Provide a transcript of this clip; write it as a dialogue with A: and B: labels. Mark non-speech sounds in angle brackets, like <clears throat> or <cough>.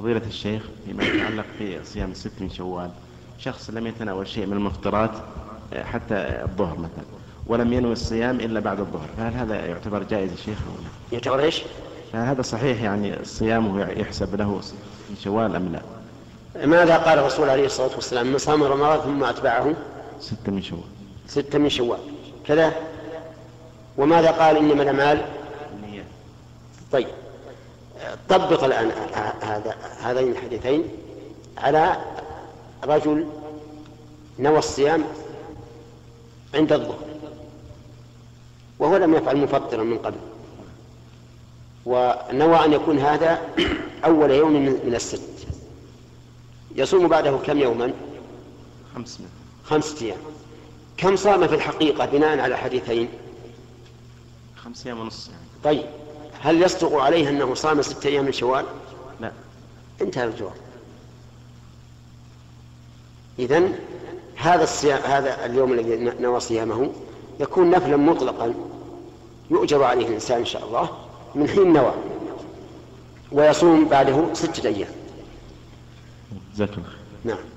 A: فضيلة الشيخ فيما يتعلق في صيام الست من شوال شخص لم يتناول شيء من المفطرات آه، حتى الظهر مثلا ولم ينوي الصيام إلا بعد الظهر فهل هذا يعتبر جائز يا شيخ أو لا؟
B: يعتبر ايش؟
A: فهل هذا صحيح يعني الصيام هو يحسب له من شوال أم لا
B: ماذا قال الرسول عليه الصلاه والسلام من صام رمضان ثم اتبعه
A: ستة من شوال
B: سته من شوال كذا وماذا قال انما الاعمال
A: النيات.
B: طيب طبق الآن هذا هذين الحديثين على رجل نوى الصيام عند الظهر وهو لم يفعل مفطرا من قبل ونوى أن يكون هذا <clears throat> أول يوم من من الست يصوم بعده كم يوما
A: خمس من
B: خمسة أيام كم صام في الحقيقة بناء على حديثين
A: خمس أيام ونص يعني
B: طيب هل يصدق عليه أنه صام ستة أيام من شوال
A: لا
B: انتهى الجواب إذا هذا الصيام هذا اليوم الذي ن- نوى صيامه يكون نفلا مطلقا يؤجر عليه الإنسان إن شاء الله من حين نوى ويصوم بعده ستة أيام
A: جزاك الله خير
B: نعم